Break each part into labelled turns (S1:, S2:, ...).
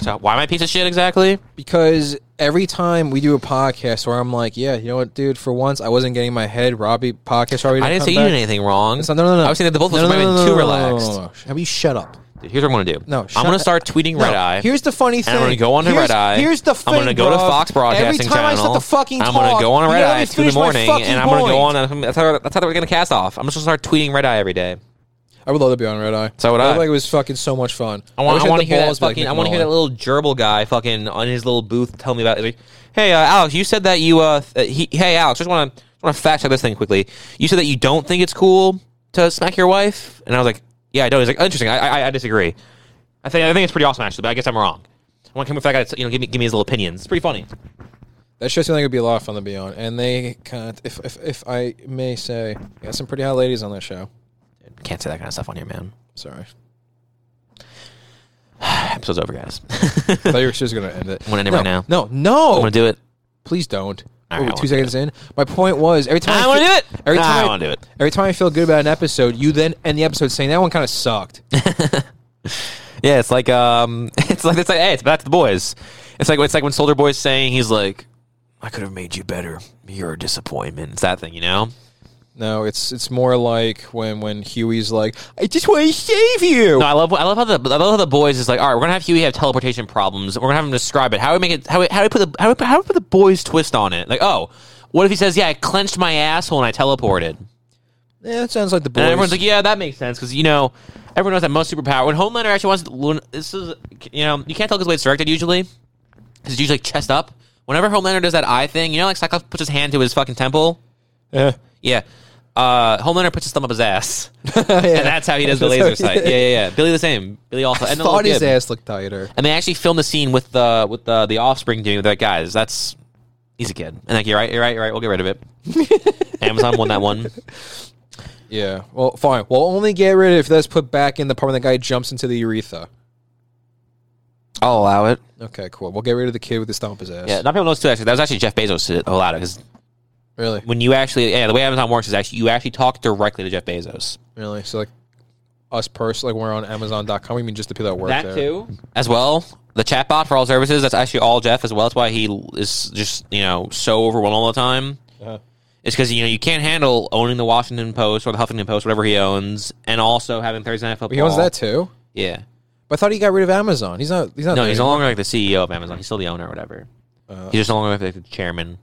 S1: sorry, why am I a piece of shit exactly?
S2: because every time we do a podcast where I'm like, yeah, you know what, dude, for once I wasn't getting my head Robbie podcast Robbie.
S1: I didn't
S2: come
S1: say you
S2: back.
S1: did anything wrong.
S2: So- no, no, no.
S1: I was saying that the both of us might have been too relaxed.
S2: Have you shut up?
S1: Dude, Here's what I'm gonna do.
S2: No, shut
S1: I'm gonna
S2: up.
S1: start tweeting red
S2: No,
S1: eye.
S2: Here's the funny thing.
S1: I'm gonna go on to
S2: here's,
S1: Red Eye.
S2: Here's the thing.
S1: I'm gonna go to
S2: bruv.
S1: Fox Broadcasting
S2: Every time I
S1: Channel.
S2: start to fucking
S1: I'm
S2: talk,
S1: gonna go on
S2: you
S1: red
S2: let
S1: eye
S2: me
S1: through the
S2: finish my
S1: morning,
S2: fucking
S1: and I'm gonna go
S2: point.
S1: on. That's how, that's how we're gonna cast off. I'm just gonna start tweeting red eye every day.
S2: I would love to be on Red Eye.
S1: So would I.
S2: Like it was fucking so much fun.
S1: I want. I, want
S2: wish had
S1: to
S2: the
S1: hear that
S2: balls like
S1: fucking.
S2: Mick
S1: I want to hear that
S2: Mullen.
S1: little gerbil guy fucking on his little booth. Tell me about. Like, hey, uh, Alex, you said that you. Uh, th- he, hey, Alex, just want to want to fact check this thing quickly. You said that you don't think it's cool to smack your wife, and I was like, yeah, I don't. He's like, interesting. I, I, I disagree. I think I think it's pretty awesome actually, but I guess I'm wrong. I want to come with that guy. To, you know, give me give me his little opinions. It's pretty funny.
S2: That shit seemed like it'd be a lot of fun to be on. And they kind if if if I may say, got some pretty hot ladies on that show.
S1: Can't say that kind of stuff on here, man.
S2: Sorry,
S1: Episode's over, guys.
S2: I thought you were just gonna end it.
S1: I'm gonna end it
S2: no,
S1: right now.
S2: No, no.
S1: I'm gonna do it.
S2: Please don't.
S1: All right,
S2: Oh,
S1: I
S2: we're
S1: won't
S2: two
S1: do
S2: seconds in. My point was every time
S1: I wanna
S2: feel-
S1: do it.
S2: Every
S1: Nah, I
S2: time
S1: wanna do it.
S2: Every time I feel good about an episode, you then end the episode saying that one kind of sucked.
S1: Yeah, it's like um, it's like it's like hey, it's back to the boys. It's like it's like when Soldier Boy's saying he's like, I could have made you better. You're a disappointment. It's that thing, you know.
S2: no, it's it's more like when when Huey's like, I just want to save you.
S1: No, I love I love how the I love how the boys is like, all right, we're gonna have Huey have teleportation problems. We're gonna have him describe it. How do we make it? How we, how do we put the how do we, how do we put the boys twist on it? Like, oh, what if he says, yeah, I clenched my asshole and I teleported.
S2: Yeah, that sounds like the boys.
S1: And everyone's like, yeah, that makes sense because you know everyone knows that most superpower. When Homelander actually wants to, when- this is you know you can't tell because the way it's directed usually because it's usually like chest up. Whenever Homelander does that eye thing, you know, like Cyclops puts his hand to his fucking temple.
S2: yeah.
S1: Yeah, uh, Homelander puts his thumb up his ass,
S2: Yeah.
S1: and that's how he does the
S2: That's how
S1: laser
S2: he
S1: sight.
S2: did
S1: Yeah,
S2: it.
S1: yeah, yeah. Billy the same. Billy also.
S2: I
S1: And the little
S2: thought his
S1: kid.
S2: ass looked tighter.
S1: And they actually filmed the scene with the with the the offspring doing that. Guys, that's he's a kid. And like you're right, you're right, you're right. We'll get rid of it. Amazon won that one.
S2: Yeah. Well, fine. We'll only get rid of if that's put back in the part when the guy jumps into the urethra.
S1: I'll allow it.
S2: Okay, cool. We'll get rid of the kid with the stomp his ass.
S1: Yeah, not people knows too. Actually, that was actually Jeff Bezos who allowed it because
S2: Really?
S1: when you actually, yeah, the way Amazon works is actually you actually talk directly to Jeff Bezos.
S2: Really? So, like, us personally, like, we're on Amazon.com. We mean just the people that work there.
S1: as well. The chatbot for all services that's actually all Jeff as well. That's why he is just you know so overwhelmed all the time.
S2: Uh-huh.
S1: It's because you know you can't handle owning the Washington Post or the Huffington Post, whatever he owns, and also having Thursday Night Football.
S2: He owns that too.
S1: Yeah.
S2: But I thought he got rid of Amazon. He's not. He's not.
S1: No,
S2: there
S1: he's no
S2: anymore.
S1: longer like the CEO of Amazon. He's still the owner or whatever.
S2: Uh,
S1: he's just no longer like the chairman.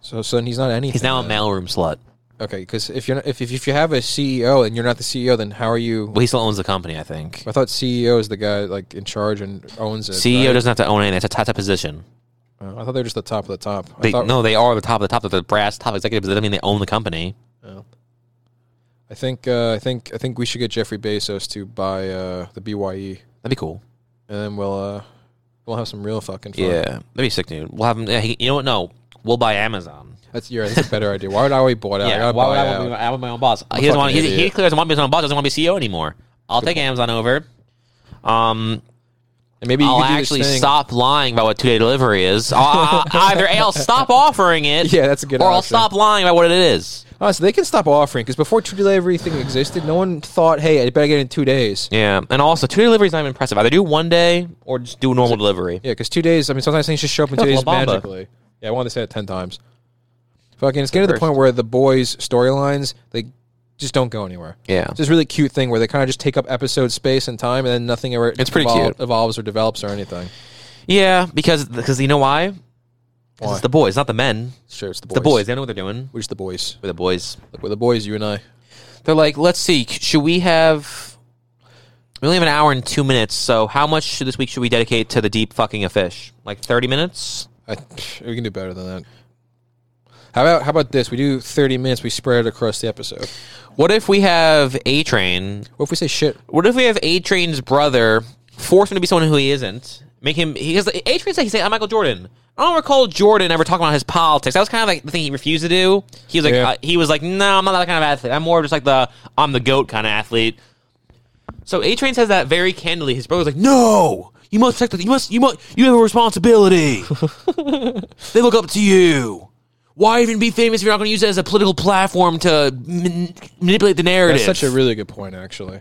S2: So, so then he's not anything.
S1: He's now a
S2: then.
S1: mailroom slut.
S2: Okay, because if you're not, if, if if you have a CEO and you're not the CEO, then how are you?
S1: Well, he still owns the company, I think.
S2: I thought CEO is the guy like in charge and owns it.
S1: CEO
S2: right?
S1: E doesn't have to own anything. It's a top position.
S2: Oh, I thought they were just the top of the top. I
S1: They,
S2: thought,
S1: no, they are the top of the top of the brass top executives. That doesn't mean they own the company.
S2: I think uh, I think I think we should get Jeffrey Bezos to buy uh, the BYE,
S1: That'd be cool.
S2: and then we'll uh, we'll have some real fucking fun.
S1: that'd be sick, dude. We'll have them. Yeah, he, you know what? No, we'll buy Amazon.
S2: that's yeah, that's a better idea. Why would I always bought out? I
S1: yeah,
S2: gotta
S1: why
S2: Oh, buy
S1: would I
S2: out.
S1: want to be I want my own boss? He doesn't
S2: fucking
S1: want. He, he
S2: idiot.
S1: clearly doesn't want to be his own boss. Doesn't want to be CEO anymore. I'll take Amazon over. Um,
S2: And maybe you
S1: I'll
S2: could do this
S1: actually
S2: thing-
S1: stop lying about what two day delivery is. I'll, i either A, I'll stop offering it.
S2: Yeah, that's a good
S1: Or I'll
S2: option.
S1: stop lying about what it is.
S2: Oh, so they can stop offering because before two delivery thing existed, no one thought, "Hey, I better get it in two days."
S1: Yeah, and also two day delivery is not even impressive. Either do one day or just do normal delivery.
S2: Yeah, because two days. I mean, sometimes things just show up in two
S1: Yeah,
S2: days
S1: La Bamba.
S2: magically. Yeah, I wanted to say it ten times. Fucking, it's getting to the
S1: First.
S2: point where the boys' storylines they just don't go anywhere.
S1: Yeah.
S2: it's this really cute thing where they kind of just take up episode space and time, and then nothing ever
S1: It's pretty
S2: evol-
S1: cute.
S2: evolves or develops or anything.
S1: Yeah, because because you know why? 'Cause
S2: Why?
S1: It's the boys, not the men.
S2: Sure, it's the boys.
S1: It's the boys. They know what they're doing.
S2: We're just the boys.
S1: With the boys,
S2: Look, we're the boys. You and I.
S1: they're like, let's see, c- should we have? We only have an hour and two minutes, so how much should this week should we dedicate to the deep fucking a fish? Like thirty minutes?
S2: I, we can do better than that. How about how about this? We do thirty minutes. We spread it across the episode.
S1: What if we have A Train?
S2: What if we say shit?
S1: What if we have A Train's brother force him to be someone who he isn't? Make him because A Train's like he's like I'm Michael Jordan. I don't recall Jordan ever talking about his politics. That was kind of like the thing he refused to do. He was like,
S2: Yeah.
S1: uh, he was like, no, I'm not that kind of athlete. I'm more just like the I'm the goat kind of athlete. So A Train says that very candidly. His brother's like, no, you must protect. The, you must. You must. You have a responsibility. they look up to you. Why even be famous if you're not going to use it as a political platform to man- manipulate the narrative?
S2: That's such a really good point, actually.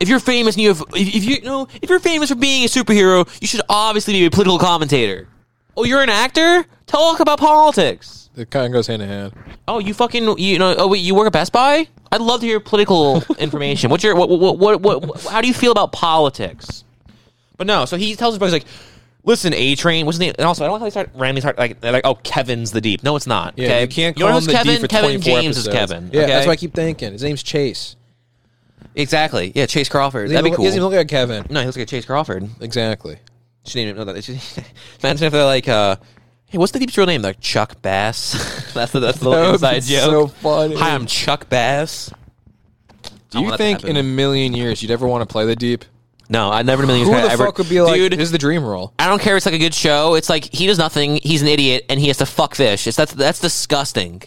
S1: if you're famous and you have if, if you no if you're famous for being a superhero, you should obviously be a political commentator. Oh, you're an actor? Talk about politics.
S2: It kind of goes hand in hand.
S1: Oh, you fucking you know. Oh wait, you work at Best Buy? I'd love to hear political information. What's your what what, what what what? How do you feel about politics? But no, so he tells his brothers like, listen, A Train. What's the and also I don't like how they start randomly start like they're like oh Kevin's the deep. No, it's not.
S2: Yeah,
S1: okay?
S2: you can't
S1: know
S2: call him
S1: who's
S2: the
S1: Kevin.
S2: D for
S1: Kevin
S2: 24
S1: James
S2: episodes.
S1: is Kevin.
S2: Yeah, that's
S1: okay?
S2: what I keep thinking. His name's Chase.
S1: exactly. Yeah, Chase Crawford.
S2: He
S1: That'd
S2: doesn't
S1: be
S2: look-
S1: cool.
S2: He doesn't even look like Kevin.
S1: no, he looks like a Chase Crawford.
S2: Exactly.
S1: She named him. No, that. She, imagine if they're like, uh, "Hey, what's the deep's real name?" They're like Chuck Bass. that's the that's the
S2: That
S1: little
S2: would
S1: inside
S2: be so
S1: joke.
S2: funny.
S1: Hi, I'm Chuck Bass.
S2: Do you think in a million years you'd ever want to play the deep?
S1: no? I never in a million
S2: Who
S1: years
S2: the
S1: could I ever.
S2: fuck would be like?
S1: dude?
S2: this is the dream role.
S1: I don't care. if It's like a good show. It's like he does nothing. He's an idiot, and he has to fuck fish. It's that's that's disgusting.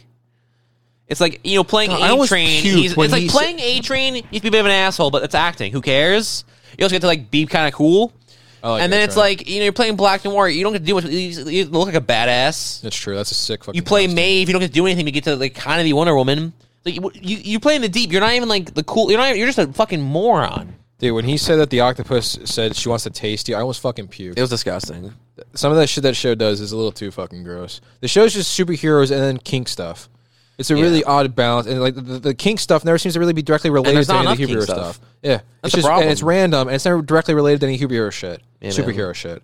S1: It's like you know playing
S2: God, I
S1: A
S2: always
S1: Train.
S2: puke
S1: he's- It's
S2: when
S1: like
S2: he sa-
S1: playing A Train. You have to be a bit of an asshole, but it's acting. Who cares? You also get to like be kind of cool.
S2: I like
S1: and then
S2: A
S1: it's
S2: Train.
S1: like you know you're playing black and white. You don't get to do much. You just- you look like a badass.
S2: That's true. That's a sick fucking.
S1: You play
S2: costume.
S1: Maeve. You don't get to do anything. You get to like kind of be Wonder Woman. Like you you you play in the deep. You're not even like the cool. You're not. Even, you're just a fucking moron.
S2: dude. When he said that the octopus said she wants to taste you, I almost fucking puked.
S1: was disgusting.
S2: Some of that shit that show does is a little too fucking gross. The show's just superheroes and then kink stuff. It's a really odd balance, and like the, the, the kink stuff never seems to really be directly related
S1: there's
S2: to
S1: not
S2: any of the
S1: enough kink
S2: superhero
S1: stuff.
S2: stuff. Yeah,
S1: That's
S2: it's
S1: the
S2: just
S1: problem.
S2: and it's random, and it's never directly related to any superhero shit.
S1: Yeah, man.
S2: superhero shit.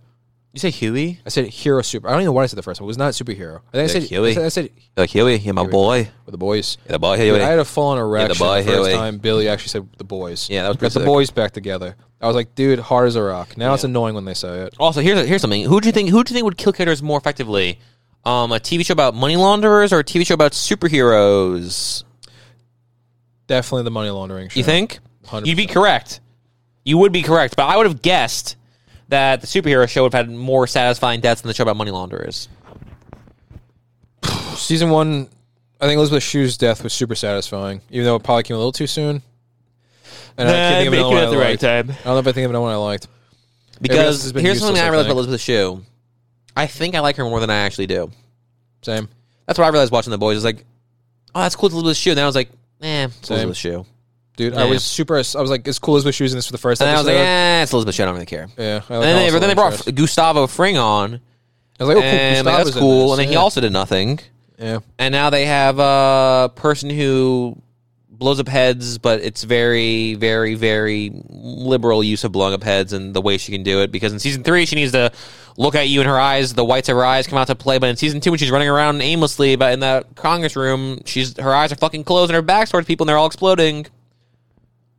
S1: You say Huey?
S2: I said hero super. I don't even know what I said the first one. It was not superhero. I think I
S1: Yeah,
S2: said
S1: Huey.
S2: I said, I said
S1: Like Huey? Yeah, my boy.
S2: with the boys.
S1: the boy
S2: Dude, I had a full on erection
S1: boy,
S2: the first
S1: Huey.
S2: time Billy actually said the boys.
S1: Yeah, that was
S2: got
S1: pretty
S2: the
S1: sick.
S2: boys back together. I was like, dude, hard as a rock. Now it's annoying when they say it.
S1: Also, here's here's something. Who do you think who do you think would kill characters more effectively? Um, a TV show about money launderers or a TV show about superheroes?
S2: Definitely the money laundering. Show.
S1: You think? you
S2: 100%.
S1: would be correct. You would be correct, but I would have guessed that the superhero show would have had more satisfying deaths than the show about money launderers.
S2: season one? I think Elizabeth Shue's death was super satisfying, even though it probably came a little too soon. And
S1: Nah,
S2: can't think of
S1: make it
S2: another one
S1: at
S2: I
S1: the right
S2: liked.
S1: time.
S2: I don't know if I think of another one I liked. else
S1: Because
S2: has been
S1: here's something
S2: useless,
S1: I
S2: I
S1: realized about
S2: think.
S1: Elizabeth Shue. I think I like her more than I actually do.
S2: Same.
S1: That's what I realized watching the boys. I was like, oh, that's cool, it's Elizabeth Shue. And then I was like, eh, it's
S2: Same.
S1: Elizabeth Shue.
S2: Dude,
S1: Yeah.
S2: I was super. I was like, it's cool as Elizabeth Shue's in this for the first
S1: And I was
S2: episode.
S1: like, eh, it's Elizabeth Shue. I don't really care.
S2: yeah. I like
S1: And then
S2: Alice
S1: they, then they brought
S2: Electress.
S1: Gustavo Fring on,
S2: I was like, oh, cool.
S1: and like,
S2: Gustav
S1: that's
S2: was in
S1: cool.
S2: this.
S1: And then he
S2: Yeah.
S1: also did nothing.
S2: Yeah.
S1: And now they have a person who blows up heads, but it's very, very, very liberal use of blowing up heads and the way she can do it. Because in season three, she needs to look at you in her eyes, the whites of her eyes come out to play. But in season two, when she's running around aimlessly, but in the Congress room, she's her eyes are fucking closed and her back's towards people, and they're all exploding.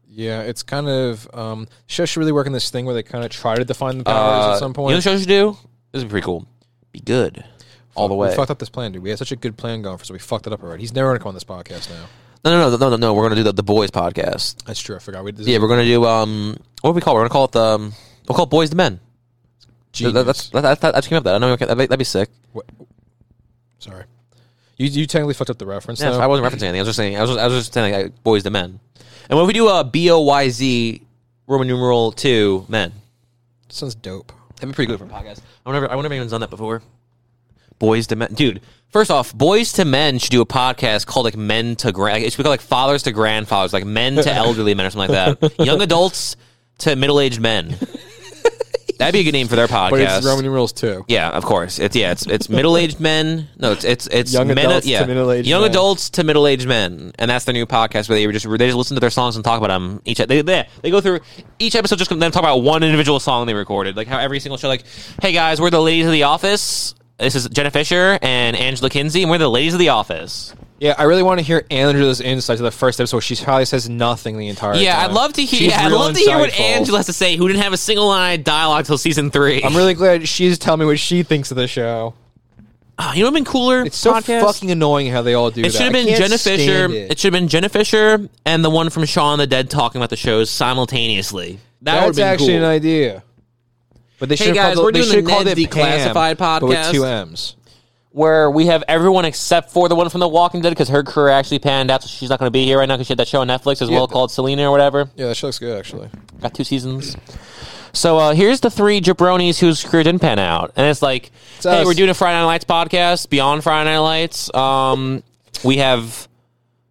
S2: Yeah, it's kind of um show should really work in this thing where they kind of try to define the powers
S1: Uh,
S2: at some
S1: you know
S2: point.
S1: what the show should do? This is pretty cool. Be good all the
S2: we
S1: way.
S2: fucked up this plan, dude. We had such a good plan going for us. We fucked it up already. He's never gonna come on this podcast now.
S1: No, no, no, no, no, no. We're gonna do the, the boys podcast.
S2: That's true. I forgot. We, this
S1: Yeah,
S2: is
S1: we're gonna do um. What do we call? it? We're gonna call it the. Um, we'll call it boys to men. That,
S2: genius.
S1: that, that's that, that, that I just came up with that. I know okay, that'd, be, that'd be sick.
S2: What- Sorry, you you technically fucked up the reference.
S1: Yeah,
S2: though.
S1: I wasn't referencing anything. I was just saying. I was just, I was just saying like, boys to men. And what if we do a B O Y Z Roman numeral two men?
S2: sounds dope.
S1: That'd be pretty good for a podcast. I never I wonder if anyone's done that before. Boys to men, dude. First off, boys to men should do a podcast called like men to grand. Like, it should be called like fathers to grandfathers, like men to elderly men or something like that. Young adults to middle aged men. That'd be a good name for their podcast.
S2: But it's Roman numerals too.
S1: Yeah, of course. It's yeah, it's it's middle aged men. No, it's it's it's
S2: Young
S1: men,
S2: adults to
S1: yeah,
S2: middle-aged
S1: young
S2: men.
S1: adults to middle aged men, and that's their new podcast where they just they just listen to their songs and talk about them. Each they they, they go through each episode just then talk about one individual song they recorded, like how every single show, like, hey guys, we're the ladies of the office. This is Jenna Fisher and Angela Kinsey, and we're the ladies of the office.
S2: Yeah, I really want to hear Angela's insights of the first episode. She probably says nothing the entire.
S1: yeah,
S2: time.
S1: I'd love to hear.
S2: She's
S1: Yeah, I'd
S2: real
S1: love to hear what
S2: insightful.
S1: Angela has to say. Who didn't have a single line of dialogue till season three?
S2: I'm really glad she's telling me what she thinks of the show.
S1: Ah, you know, what'd been cooler.
S2: It's so
S1: podcast?
S2: fucking annoying how they all do
S1: It
S2: that.
S1: should have
S2: I
S1: been
S2: can't
S1: Jenna
S2: stand
S1: Fisher.
S2: it.
S1: It, should have been Jenna Fisher and the one from Shaun the Dead talking about the shows simultaneously. That would
S2: That's
S1: be
S2: actually
S1: cool.
S2: an idea. But they
S1: Hey,
S2: should
S1: guys,
S2: called
S1: we're
S2: it, they
S1: doing
S2: should've
S1: the
S2: called
S1: Ned
S2: it Pam,
S1: Declassified
S2: but with two
S1: podcast.
S2: M's.
S1: where we have everyone except for the one from The Walking Dead because her career actually panned out, so she's not going to be here right now because she had that show on Netflix as well
S2: th-
S1: called Selena or whatever.
S2: Yeah, that shit looks good actually.
S1: Got two seasons. So uh, here's the three jabronis whose career didn't pan out, and it's like, hey,
S2: us.
S1: we're doing a Friday Night Lights podcast beyond Friday Night Lights. Um, we have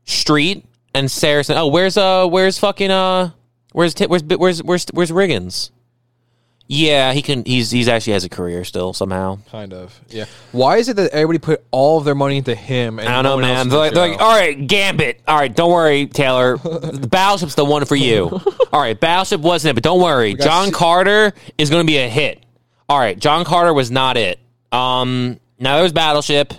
S1: Street and Saracen. Oh, where's uh, where's fucking uh, Where's Ti- where's Bi- where's where's where's Riggins? Yeah, he can. He's he's actually has a career still somehow.
S2: Kind of. Yeah. Why is it that everybody put all of their money into him? And
S1: I don't know,
S2: no one else
S1: man.
S2: in
S1: They're
S2: the
S1: like, they're
S2: show?
S1: like, all right, Gambit. All right, don't worry, Taylor. The Battleship's the one for you. All right, Battleship wasn't it, but don't worry.
S2: got
S1: John
S2: si-
S1: Carter is going to be a hit. All right, John Carter was not it. Um, neither was Battleship.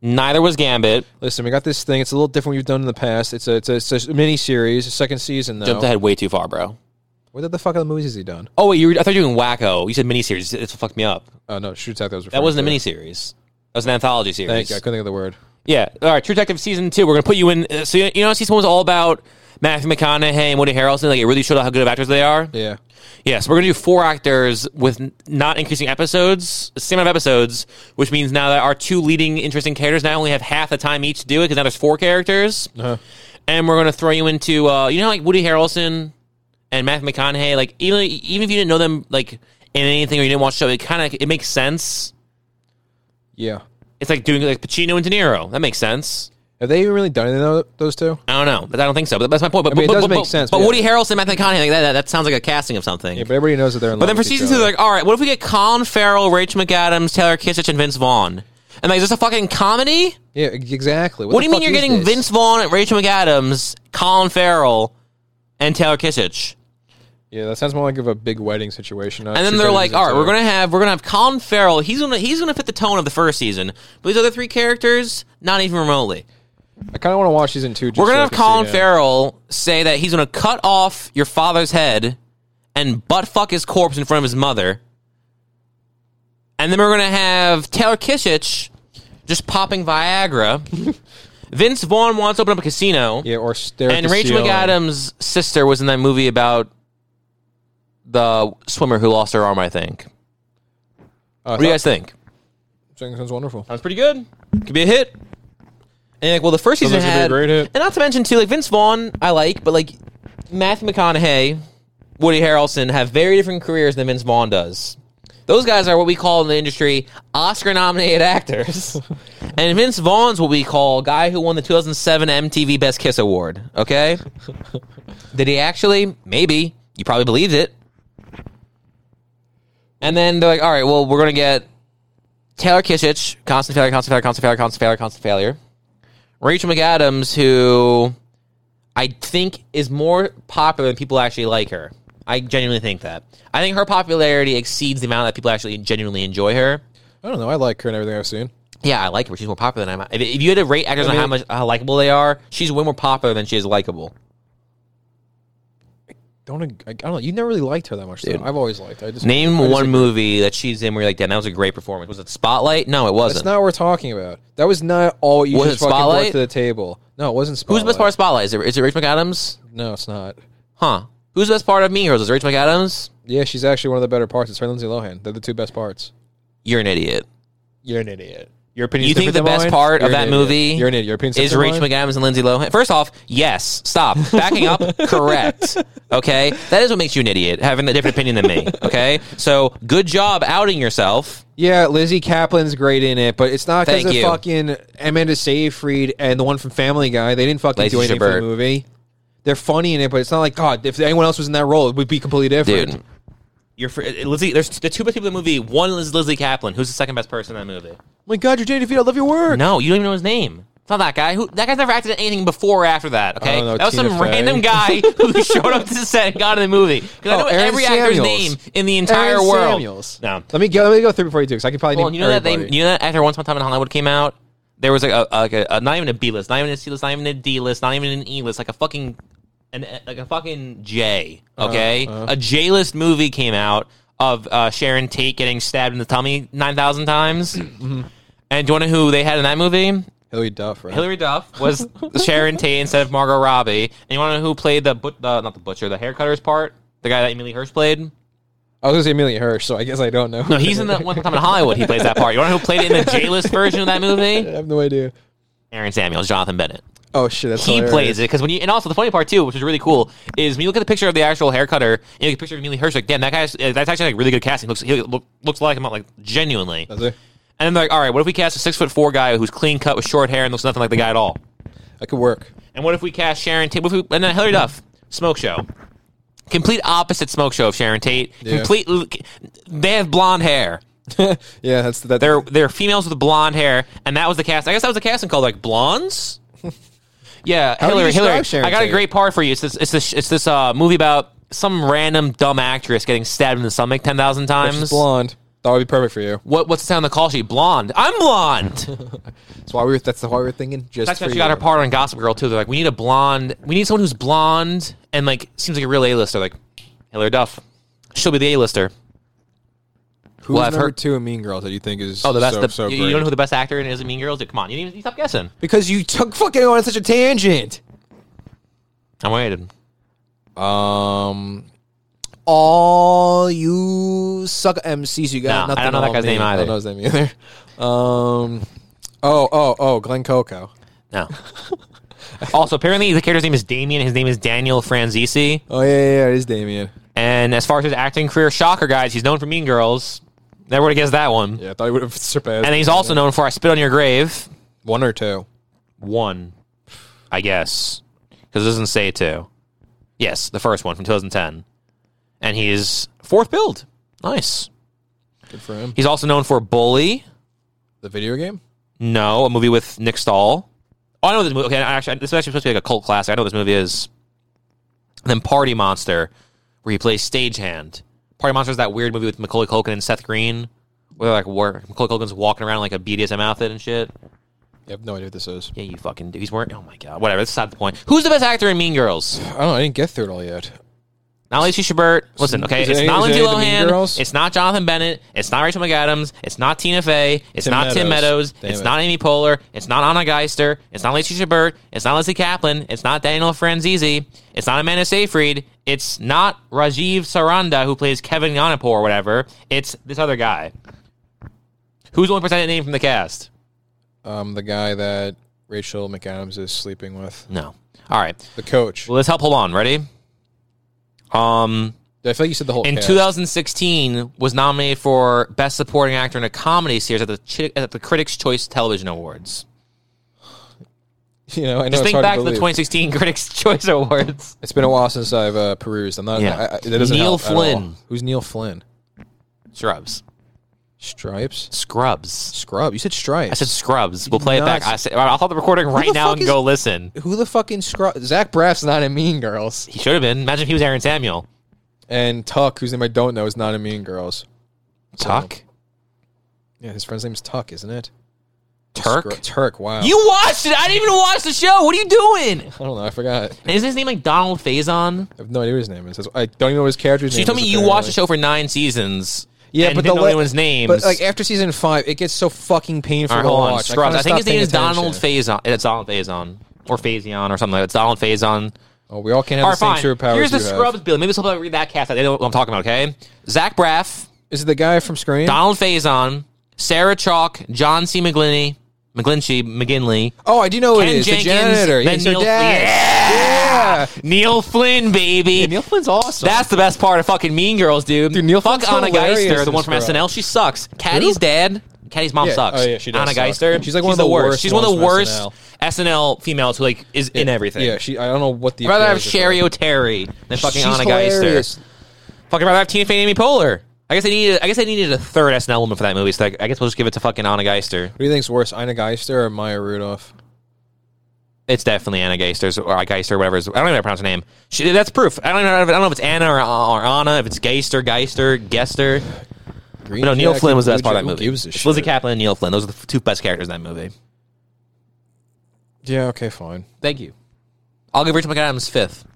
S1: Neither was Gambit.
S2: Listen, we got this thing. It's a little different. We've done in the past. It's a it's a, it's a mini series, a second season though.
S1: Jumped ahead way too far, bro.
S2: What the fuck other movies has he done?
S1: Oh wait, you were, I thought you were doing Wacko. You said miniseries. It's what fucked me up.
S2: Oh no, Shoot Attack. That was
S1: That wasn't a miniseries. That was an anthology series.
S2: Thank you. I couldn't think of the word.
S1: Yeah. All right. True Detective season two. We're gonna put you in. Uh, so you, you know, season one was all about Matthew McConaughey and Woody Harrelson. Like it really showed how good of actors they are. Yes.
S2: Yeah.
S1: so we're gonna do four actors with n- not increasing episodes, same amount of episodes, which means now that our two leading interesting characters now only have half the time each to do it because now there's four characters.
S2: Uh-huh.
S1: And we're gonna throw you into uh, you know like Woody Harrelson and Matthew McConaughey. Like even even if you didn't know them like in anything or you didn't watch the show, it kind of it makes sense.
S2: Yeah.
S1: It's like doing like Pacino and De Niro. That makes sense.
S2: Have they even really done any of those two?
S1: I don't know, but I don't think so. But that's my point. But,
S2: mean, it
S1: but-
S2: does
S1: but-
S2: make
S1: but-
S2: sense,
S1: But
S2: but yeah.
S1: Woody Harrelson, Matthew McConaughey, like that, that, that sounds like a casting of something.
S2: Yeah, but everybody knows that they're in
S1: but then for season two, they're like, all right, what if we get Colin Farrell, Rachel McAdams, Taylor Kitsch, and Vince Vaughn? And like, is this a fucking comedy?
S2: Yeah, exactly.
S1: What
S2: the
S1: do you mean
S2: fuck
S1: you're
S2: is
S1: getting
S2: this?
S1: Vince Vaughn, Rachel McAdams, Colin Farrell, and Taylor Kitsch?
S2: Yeah, that sounds more like of a big wedding situation.
S1: And then they're like, all right, we're gonna have we're gonna have Colin Farrell. He's gonna he's gonna fit the tone of the first season. But these other three characters, not even remotely.
S2: I kind of want to watch season two. Just
S1: We're
S2: so I
S1: gonna have
S2: can see
S1: Colin
S2: it.
S1: Farrell say that he's gonna cut off your father's head and butt fuck his corpse in front of his mother, and then we're gonna have Taylor Kishich just popping Viagra. Vince Vaughn wants to open up a casino,
S2: Yeah, or stare at
S1: and
S2: the
S1: Rachel
S2: ceiling.
S1: McAdams' sister was in that movie about the swimmer who lost her arm. I think.
S2: Oh, I
S1: What do you
S2: thought-
S1: guys think?
S2: Sounds wonderful.
S1: Sounds pretty good. Could be a hit. And like, well, the first season
S2: Sounds like it'd
S1: had,
S2: be a great hit.
S1: and not to mention too, like Vince Vaughn, I like, but like Matthew McConaughey, Woody Harrelson have very different careers than Vince Vaughn does. Those guys are what we call in the industry Oscar-nominated actors, and Vince Vaughn's what we call guy who won the 2007 MTV Best Kiss Award. Okay, did he actually? Maybe you probably believed it. And then they're like, all right, well, we're gonna get Taylor Kishich, constant failure, constant failure, constant failure, constant failure, constant failure. Rachel McAdams, who I think is more popular than people actually like her. I genuinely think that. I think her popularity exceeds the amount that people actually genuinely enjoy her.
S2: I don't know. I like her and everything I've seen.
S1: Yeah, I like her. She's more popular than I'm. If, if you had to rate actors on how
S2: mean-
S1: much how likable they are, she's way more popular than she is likable.
S2: Don't ag- I, I don't know. You never really liked her that much. Though. I've always liked. her. I just
S1: Name
S2: I just-
S1: one movie that she's in where you're like, damn, that was a great performance. Was it Spotlight? No, it
S2: That's
S1: wasn't.
S2: not what we're talking about. That was not all you
S1: Was
S2: just
S1: it
S2: fucking brought
S1: Spotlight?
S2: to the table. No, it wasn't spotlight.
S1: Who's the best part of Spotlight? Is it, is it Rich McAdams?
S2: No, it's not.
S1: Huh. Who's the best part of Mean Girls? Is it Rich McAdams?
S2: Yeah, she's actually one of the better parts. It's her and Lindsay Lohan. They're the two best parts.
S1: You're an idiot.
S2: You're an idiot. Your opinion.
S1: You think the best part of that movie
S2: You're an idiot. Your opinion
S1: is Rachel McAdams and Lindsay Lohan? First off, yes. Stop. Backing up, correct. Okay? That is what makes you an idiot, having a different opinion than me. Okay? So good job outing yourself.
S2: Yeah, Lizzie Kaplan's great in it, but it's not because
S1: Thank
S2: of
S1: you.
S2: fucking Amanda Seyfried and the one from Family Guy. They didn't fucking
S1: Lacey
S2: do anything for the
S1: Chabert.
S2: movie. They're funny in it, but it's not like God. If anyone else was in that role, it would be completely different.
S1: Dude. You're fr- uh, Lizzie there's the two best people in the movie. One is Lizzie Kaplan, who's the second best person in that movie.
S2: Oh my God, you're Jada Devito. I love your work.
S1: No, you don't even know his name. It's not that guy. Who that guy's never acted in anything before or after that. Okay,
S2: don't know,
S1: that was
S2: Tina
S1: some
S2: Fey.
S1: random guy who showed up to the set and got in the movie. 'Cause I
S2: Oh,
S1: know
S2: Aaron
S1: every actor's
S2: Samuels.
S1: name in the entire
S2: Aaron
S1: world.
S2: Samuels.
S1: No,
S2: Let me go. Let me go through before you do, because I can probably.
S1: Well,
S2: name
S1: you know that
S2: everybody.
S1: they, you know that after once upon a time in Hollywood came out, there was like a, a, like a, a- not even a B list, not even a C list, not even a D list, not even an E list, like a fucking an like a fucking J. Okay, a J list movie came out of uh, Sharon Tate getting stabbed in the tummy nine thousand times. And do you want to know who they had in that movie?
S2: Hilary Duff, right?
S1: Hilary Duff was Sharon Tate instead of Margot Robbie. And you want to know who played the, but, the not the butcher, the haircutter's part? The guy that Emily Hirsch played.
S2: I was gonna say Amelia Hirsch, so I guess I don't know.
S1: No, he's in the one time in Hollywood. He plays that part. You want to know who played it in the J list version of that
S2: I
S1: movie?
S2: have no idea.
S1: Aaron Samuels, Jonathan Bennett.
S2: Oh shit, that's
S1: He
S2: hilarious.
S1: plays it because when you and also the funny part too, which is really cool, is when you look at the picture of the actual haircutter and you look at the picture of Emily Hirsch, like damn, that guy's uh, that's actually like really good casting. Looks he look, looks like him, like genuinely.
S2: Does he?
S1: And then they're like, all right, what if we cast a six foot four guy who's clean cut with short hair and looks nothing like the guy at all?
S2: That could work.
S1: And what if we cast Sharon Tate? What if we, and then Hillary Duff, Smoke Show. complete opposite smoke show of Sharon Tate. Complete. They have blonde hair.
S2: yeah, that's that.
S1: They're they're females with blonde hair, and that was the cast. I guess that was the casting called like blondes. Yeah,
S2: would you
S1: Hillary.
S2: describe
S1: Hillary,
S2: Sharon
S1: I got a
S2: Tate?
S1: great part for you. It's this. It's this. It's this uh, movie about some random dumb actress getting stabbed in the stomach ten thousand
S2: she's
S1: times.
S2: blonde. That would be perfect for you.
S1: What what's the sound on the call sheet? Blonde. I'm blonde.
S2: That's why we were. That's why we were thinking just
S1: That's
S2: for
S1: how she
S2: you.
S1: got her part on Gossip Girl too. They're like, we need a blonde. We need someone who's blonde and like seems like a real A-lister. Like Hillary Duff. She'll be the A-lister.
S2: Who's
S1: Well, I've
S2: number
S1: heard-
S2: two in Mean Girls that you think is
S1: Oh, the best.
S2: so,
S1: the,
S2: so
S1: you,
S2: great?
S1: you don't know who the best actor in is in Mean Girls? Dude, come on, you need to you stop guessing.
S2: because you took fucking on such a tangent.
S1: I'm waiting.
S2: Um, all you suck MCs, you got
S1: No,
S2: nothing.
S1: I don't know that
S2: on
S1: guy's
S2: me.
S1: name
S2: I
S1: either.
S2: don't know his name either. Um, oh, oh, oh, Glenn Coco.
S1: No. also, apparently the character's name is Damien. His name is Daniel Franzisi.
S2: Oh yeah, yeah, yeah, it is Damien.
S1: And as far as his acting career, shocker guys, he's known for Mean Girls. Never would have guessed that one.
S2: Yeah, I thought he would have surpassed.
S1: And he's also known for I Spit on Your Grave.
S2: one or two.
S1: one, I guess, because it doesn't say two. Yes, the first one from 2010, and he's fourth build. Nice.
S2: Good for him.
S1: He's also known for Bully.
S2: The video game.
S1: No, a movie with Nick Stahl. Oh, I know this movie. Okay, actually, this is actually supposed to be like a cult classic. I know what this movie is. And then Party Monster, where he plays stagehand. Party Monster is that weird movie with Macaulay Culkin and Seth Green, where they're like war- Macaulay Culkin's walking around in, like a BDSM outfit and shit.
S2: I have no idea what this is.
S1: Yeah, you fucking do. He's wearing. Oh my god, whatever. That's not the point. Who's the best actor in Mean Girls?
S2: I don't. know. I didn't get through it all yet.
S1: Not Lacey Chabert. Listen, okay,
S2: is it
S1: it's
S2: any-
S1: not
S2: is
S1: Lindsay
S2: it any of the Mean Girls?
S1: Lohan. It's not Jonathan Bennett. It's not Rachel McAdams. It's not Tina Fey. It's
S2: Tim
S1: not Tim
S2: Meadows.
S1: Meadows.
S2: Damn
S1: it's
S2: it.
S1: not Amy Poehler. It's not Anna Geister. It's not Lacey Chabert. It's not Leslie Kaplan. It's not Daniel Franzese. It's not Amanda Seyfried. It's not Rajiv Saranda, who plays Kevin Yanapur or whatever. It's this other guy. Who's the only person I didn't name from the cast?
S2: Um, the guy that Rachel McAdams is sleeping with.
S1: No. All right.
S2: The coach.
S1: Well, let's help. Hold on. Ready? Um.
S2: I feel like you said the whole.
S1: in
S2: cast.
S1: 2016 was nominated for best supporting actor in a comedy series at the Chi- at the Critics Choice Television Awards.
S2: you know, I know
S1: Just
S2: it's
S1: think
S2: hard
S1: back to,
S2: to
S1: the
S2: believe.
S1: 2016 Critics Choice Awards.
S2: It's been a while since I've uh, perused. I'm not.
S1: Yeah.
S2: I, I, that doesn't
S1: Neil
S2: help at all.
S1: Flynn.
S2: Who's Neil Flynn?
S1: Scrubs.
S2: Stripes.
S1: Scrubs.
S2: Scrub. You said stripes.
S1: I said Scrubs. We'll play it
S2: not
S1: back.
S2: s-
S1: I said, I'll hold the recording right
S2: the
S1: now
S2: fuck
S1: and
S2: is-
S1: go listen.
S2: Who the fucking scrub? Zach Braff's not in Mean Girls,
S1: He should have been. Imagine if he was Aaron Samuel.
S2: and Tuck, whose name I don't know, is not in Mean Girls.
S1: Tuck.
S2: Yeah, his friend's name's Tuck, isn't it?
S1: Turk.
S2: Scru- Turk. Wow.
S1: You watched it. I didn't even watch the show. What are you doing?
S2: I don't know. I forgot. I
S1: And is his name like Donald Faison?
S2: have no idea what his name is. That's- I don't even know what his character's
S1: So
S2: name
S1: you told
S2: is,
S1: me you watched
S2: apparently.
S1: the show for nine seasons.
S2: Yeah,
S1: and
S2: but
S1: didn't
S2: the
S1: know
S2: la-
S1: anyone's names.
S2: But like after season five, it gets so fucking painful
S1: All right,
S2: to
S1: hold on.
S2: watch.
S1: Scrubs.
S2: kinda
S1: I, think his
S2: stopped
S1: name
S2: paying
S1: is Donald
S2: attention.
S1: Faison. It's Donald Faison or Faison or something like that. It's Donald Faison.
S2: Oh, we all can't have
S1: All
S2: the
S1: right,
S2: same
S1: fine.
S2: superpowers.
S1: Here's the
S2: you have.
S1: Scrubs bill. Maybe this will help read that cast. out. They know what I'm talking about. Okay, Zach Braff,
S2: Is it the guy from Scream?
S1: Donald Faison, Sarah Chalk, John C. McGlinny, McGlinchey, McGinley,
S2: Oh, I do know what it
S1: Ken
S2: is.
S1: Jenkins,
S2: the janitor.
S1: then
S2: He's her
S1: Neil-
S2: dad. Yeah.
S1: Neil Flynn, baby.
S2: Neil Flynn's awesome.
S1: That's the best part of fucking Mean Girls, dude.
S2: Dude, Neil
S1: Fuck
S2: Flynn's
S1: Anna
S2: hilarious
S1: Geister, the
S2: in
S1: one from
S2: Scrubs.
S1: SNL. She sucks. Caddy's dad. Caddy's mom
S2: Yeah.
S1: sucks.
S2: Oh, yeah, she does
S1: Anna
S2: suck.
S1: Geister.
S2: She's like one of the worst
S1: She's one of the
S2: ones
S1: worst
S2: from
S1: SNL females who like is in everything.
S2: Yeah, she. I don't know what the.
S1: I'd rather
S2: appeal
S1: have
S2: is of
S1: Sherry
S2: her.
S1: O'Terry than fucking
S2: She's
S1: Anna
S2: hilarious.
S1: Geister. Fucking rather have Tina Fey and Amy Poehler. I guess I needed. I guess I needed a third SNL woman for that movie. So like, I guess we'll just give it to fucking Anna Geister.
S2: What do you think's worse, Anna Geister or Maya Rudolph?
S1: It's definitely Anna Geister's or Geister, whatever. Is, I don't even know how to pronounce her name. She, that's proof. I don't even know. If, I don't know if it's Anna or, or Anna. If it's Geister, Geister, Gester.
S2: Green
S1: But no, Neil
S2: Jacket,
S1: Flynn was the best
S2: Blue
S1: part
S2: Ja-
S1: of that
S2: who
S1: movie.
S2: gives a
S1: It's Lizzie
S2: shit?
S1: Kaplan and Neil Flynn. Those are the two best characters in that movie.
S2: Yeah. Okay. Fine.
S1: Thank you. I'll give Rachel McAdams fifth.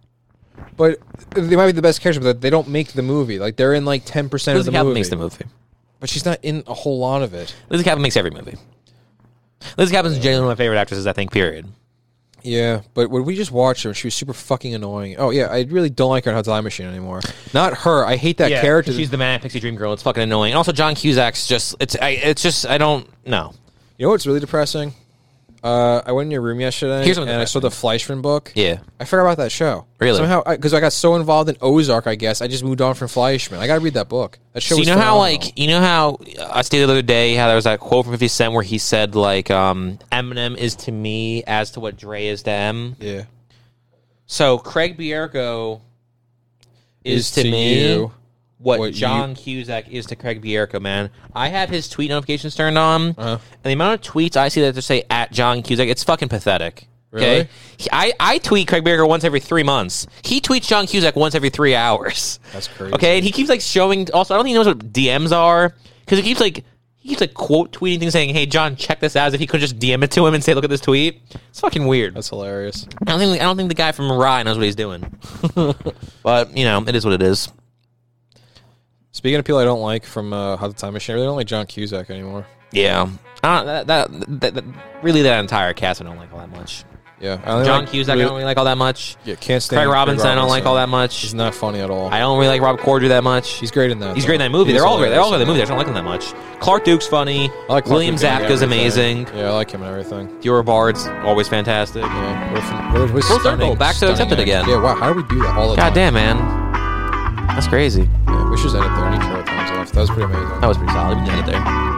S2: But they might be the best character, but they don't make the movie. Like they're in like ten percent of
S1: Lizzie
S2: the
S1: Kaplan
S2: movie.
S1: makes the movie.
S2: But she's not in a whole lot of it.
S1: Lizzie Kaplan makes every movie. Lizzie Kaplan's genuinely one of my favorite actresses. I think. Period.
S2: Yeah. But when we just watched her, she was super fucking annoying. Oh yeah, I really don't like her in Hot Time Machine anymore. Not her. I hate that
S1: Yeah,
S2: character.
S1: She's the manic pixie dream girl. It's fucking annoying. And also, John Cusack's just it's I, it's just I don't know.
S2: You know what's really depressing? Uh, I went in your room yesterday
S1: Here's
S2: and
S1: something
S2: I saw the Fleischman book.
S1: Yeah.
S2: I forgot about that show.
S1: Really?
S2: Somehow, because I, got so involved in Ozark, I guess I just moved on from Fleischman. I got to read that book. That
S1: So
S2: show.
S1: you
S2: was
S1: know how
S2: phenomenal.
S1: like you know how uh, I stated the other day how there was that quote from Fifty Cent where he said like um, Eminem is to me as to what Dre is to M.
S2: Yeah.
S1: So Craig Bierko is, to, me what,
S2: what you-
S1: John Cusack is to Craig Bierko, man. I have his tweet notifications turned on,
S2: Uh-huh.
S1: and the amount of tweets I see that just say at John Cusack, it's fucking pathetic.
S2: Really?
S1: He- I, I tweet Craig Bierko once every three months. He tweets John Cusack once every three hours.
S2: That's crazy.
S1: Okay, and he keeps like showing. Also, I don't think he knows what DMs are because he keeps like he keeps like quote tweeting things saying, "Hey, John, check this out." As if he could just DM it to him and say, "Look at this tweet." It's fucking weird.
S2: That's hilarious.
S1: I don't think I don't think the guy from Rye knows what he's doing. but you know, it is what it is.
S2: Speaking of people I don't like from uh, Hot Tub Time Machine, I really don't like John Cusack anymore.
S1: Yeah, I don't, that, that, that, that really that entire cast I don't like all that much.
S2: Yeah, I only
S1: John
S2: like,
S1: Cusack I don't really like all that much.
S2: yeah, can't stand
S1: Craig Robinson I don't like all that much.
S2: He's not funny at all.
S1: I don't really like Rob Corddry that much.
S2: He's great in that.
S1: He's
S2: though.
S1: great in that movie.
S2: He's
S1: They're all great. They're all
S2: hilarious
S1: great in
S2: in
S1: the movie. I just don't like him that much. Clark Duke's funny.
S2: I like Clark
S1: William
S2: Duke and
S1: Zapka's
S2: everything.
S1: amazing.
S2: Yeah, I like him and everything.
S1: Dior Bard's always fantastic.
S2: Yeah, we're, from, we're, we're
S1: circle,
S2: stunning-
S1: back to
S2: stunning
S1: Tempted
S2: actors.
S1: again.
S2: Yeah, wow, how do we do that all the
S1: God
S2: time?
S1: damn, man. That's crazy.
S2: Goddamn. Yeah, we should just end it there. I need to cut our times off. That was pretty amazing.
S1: That was pretty solid. We did it there.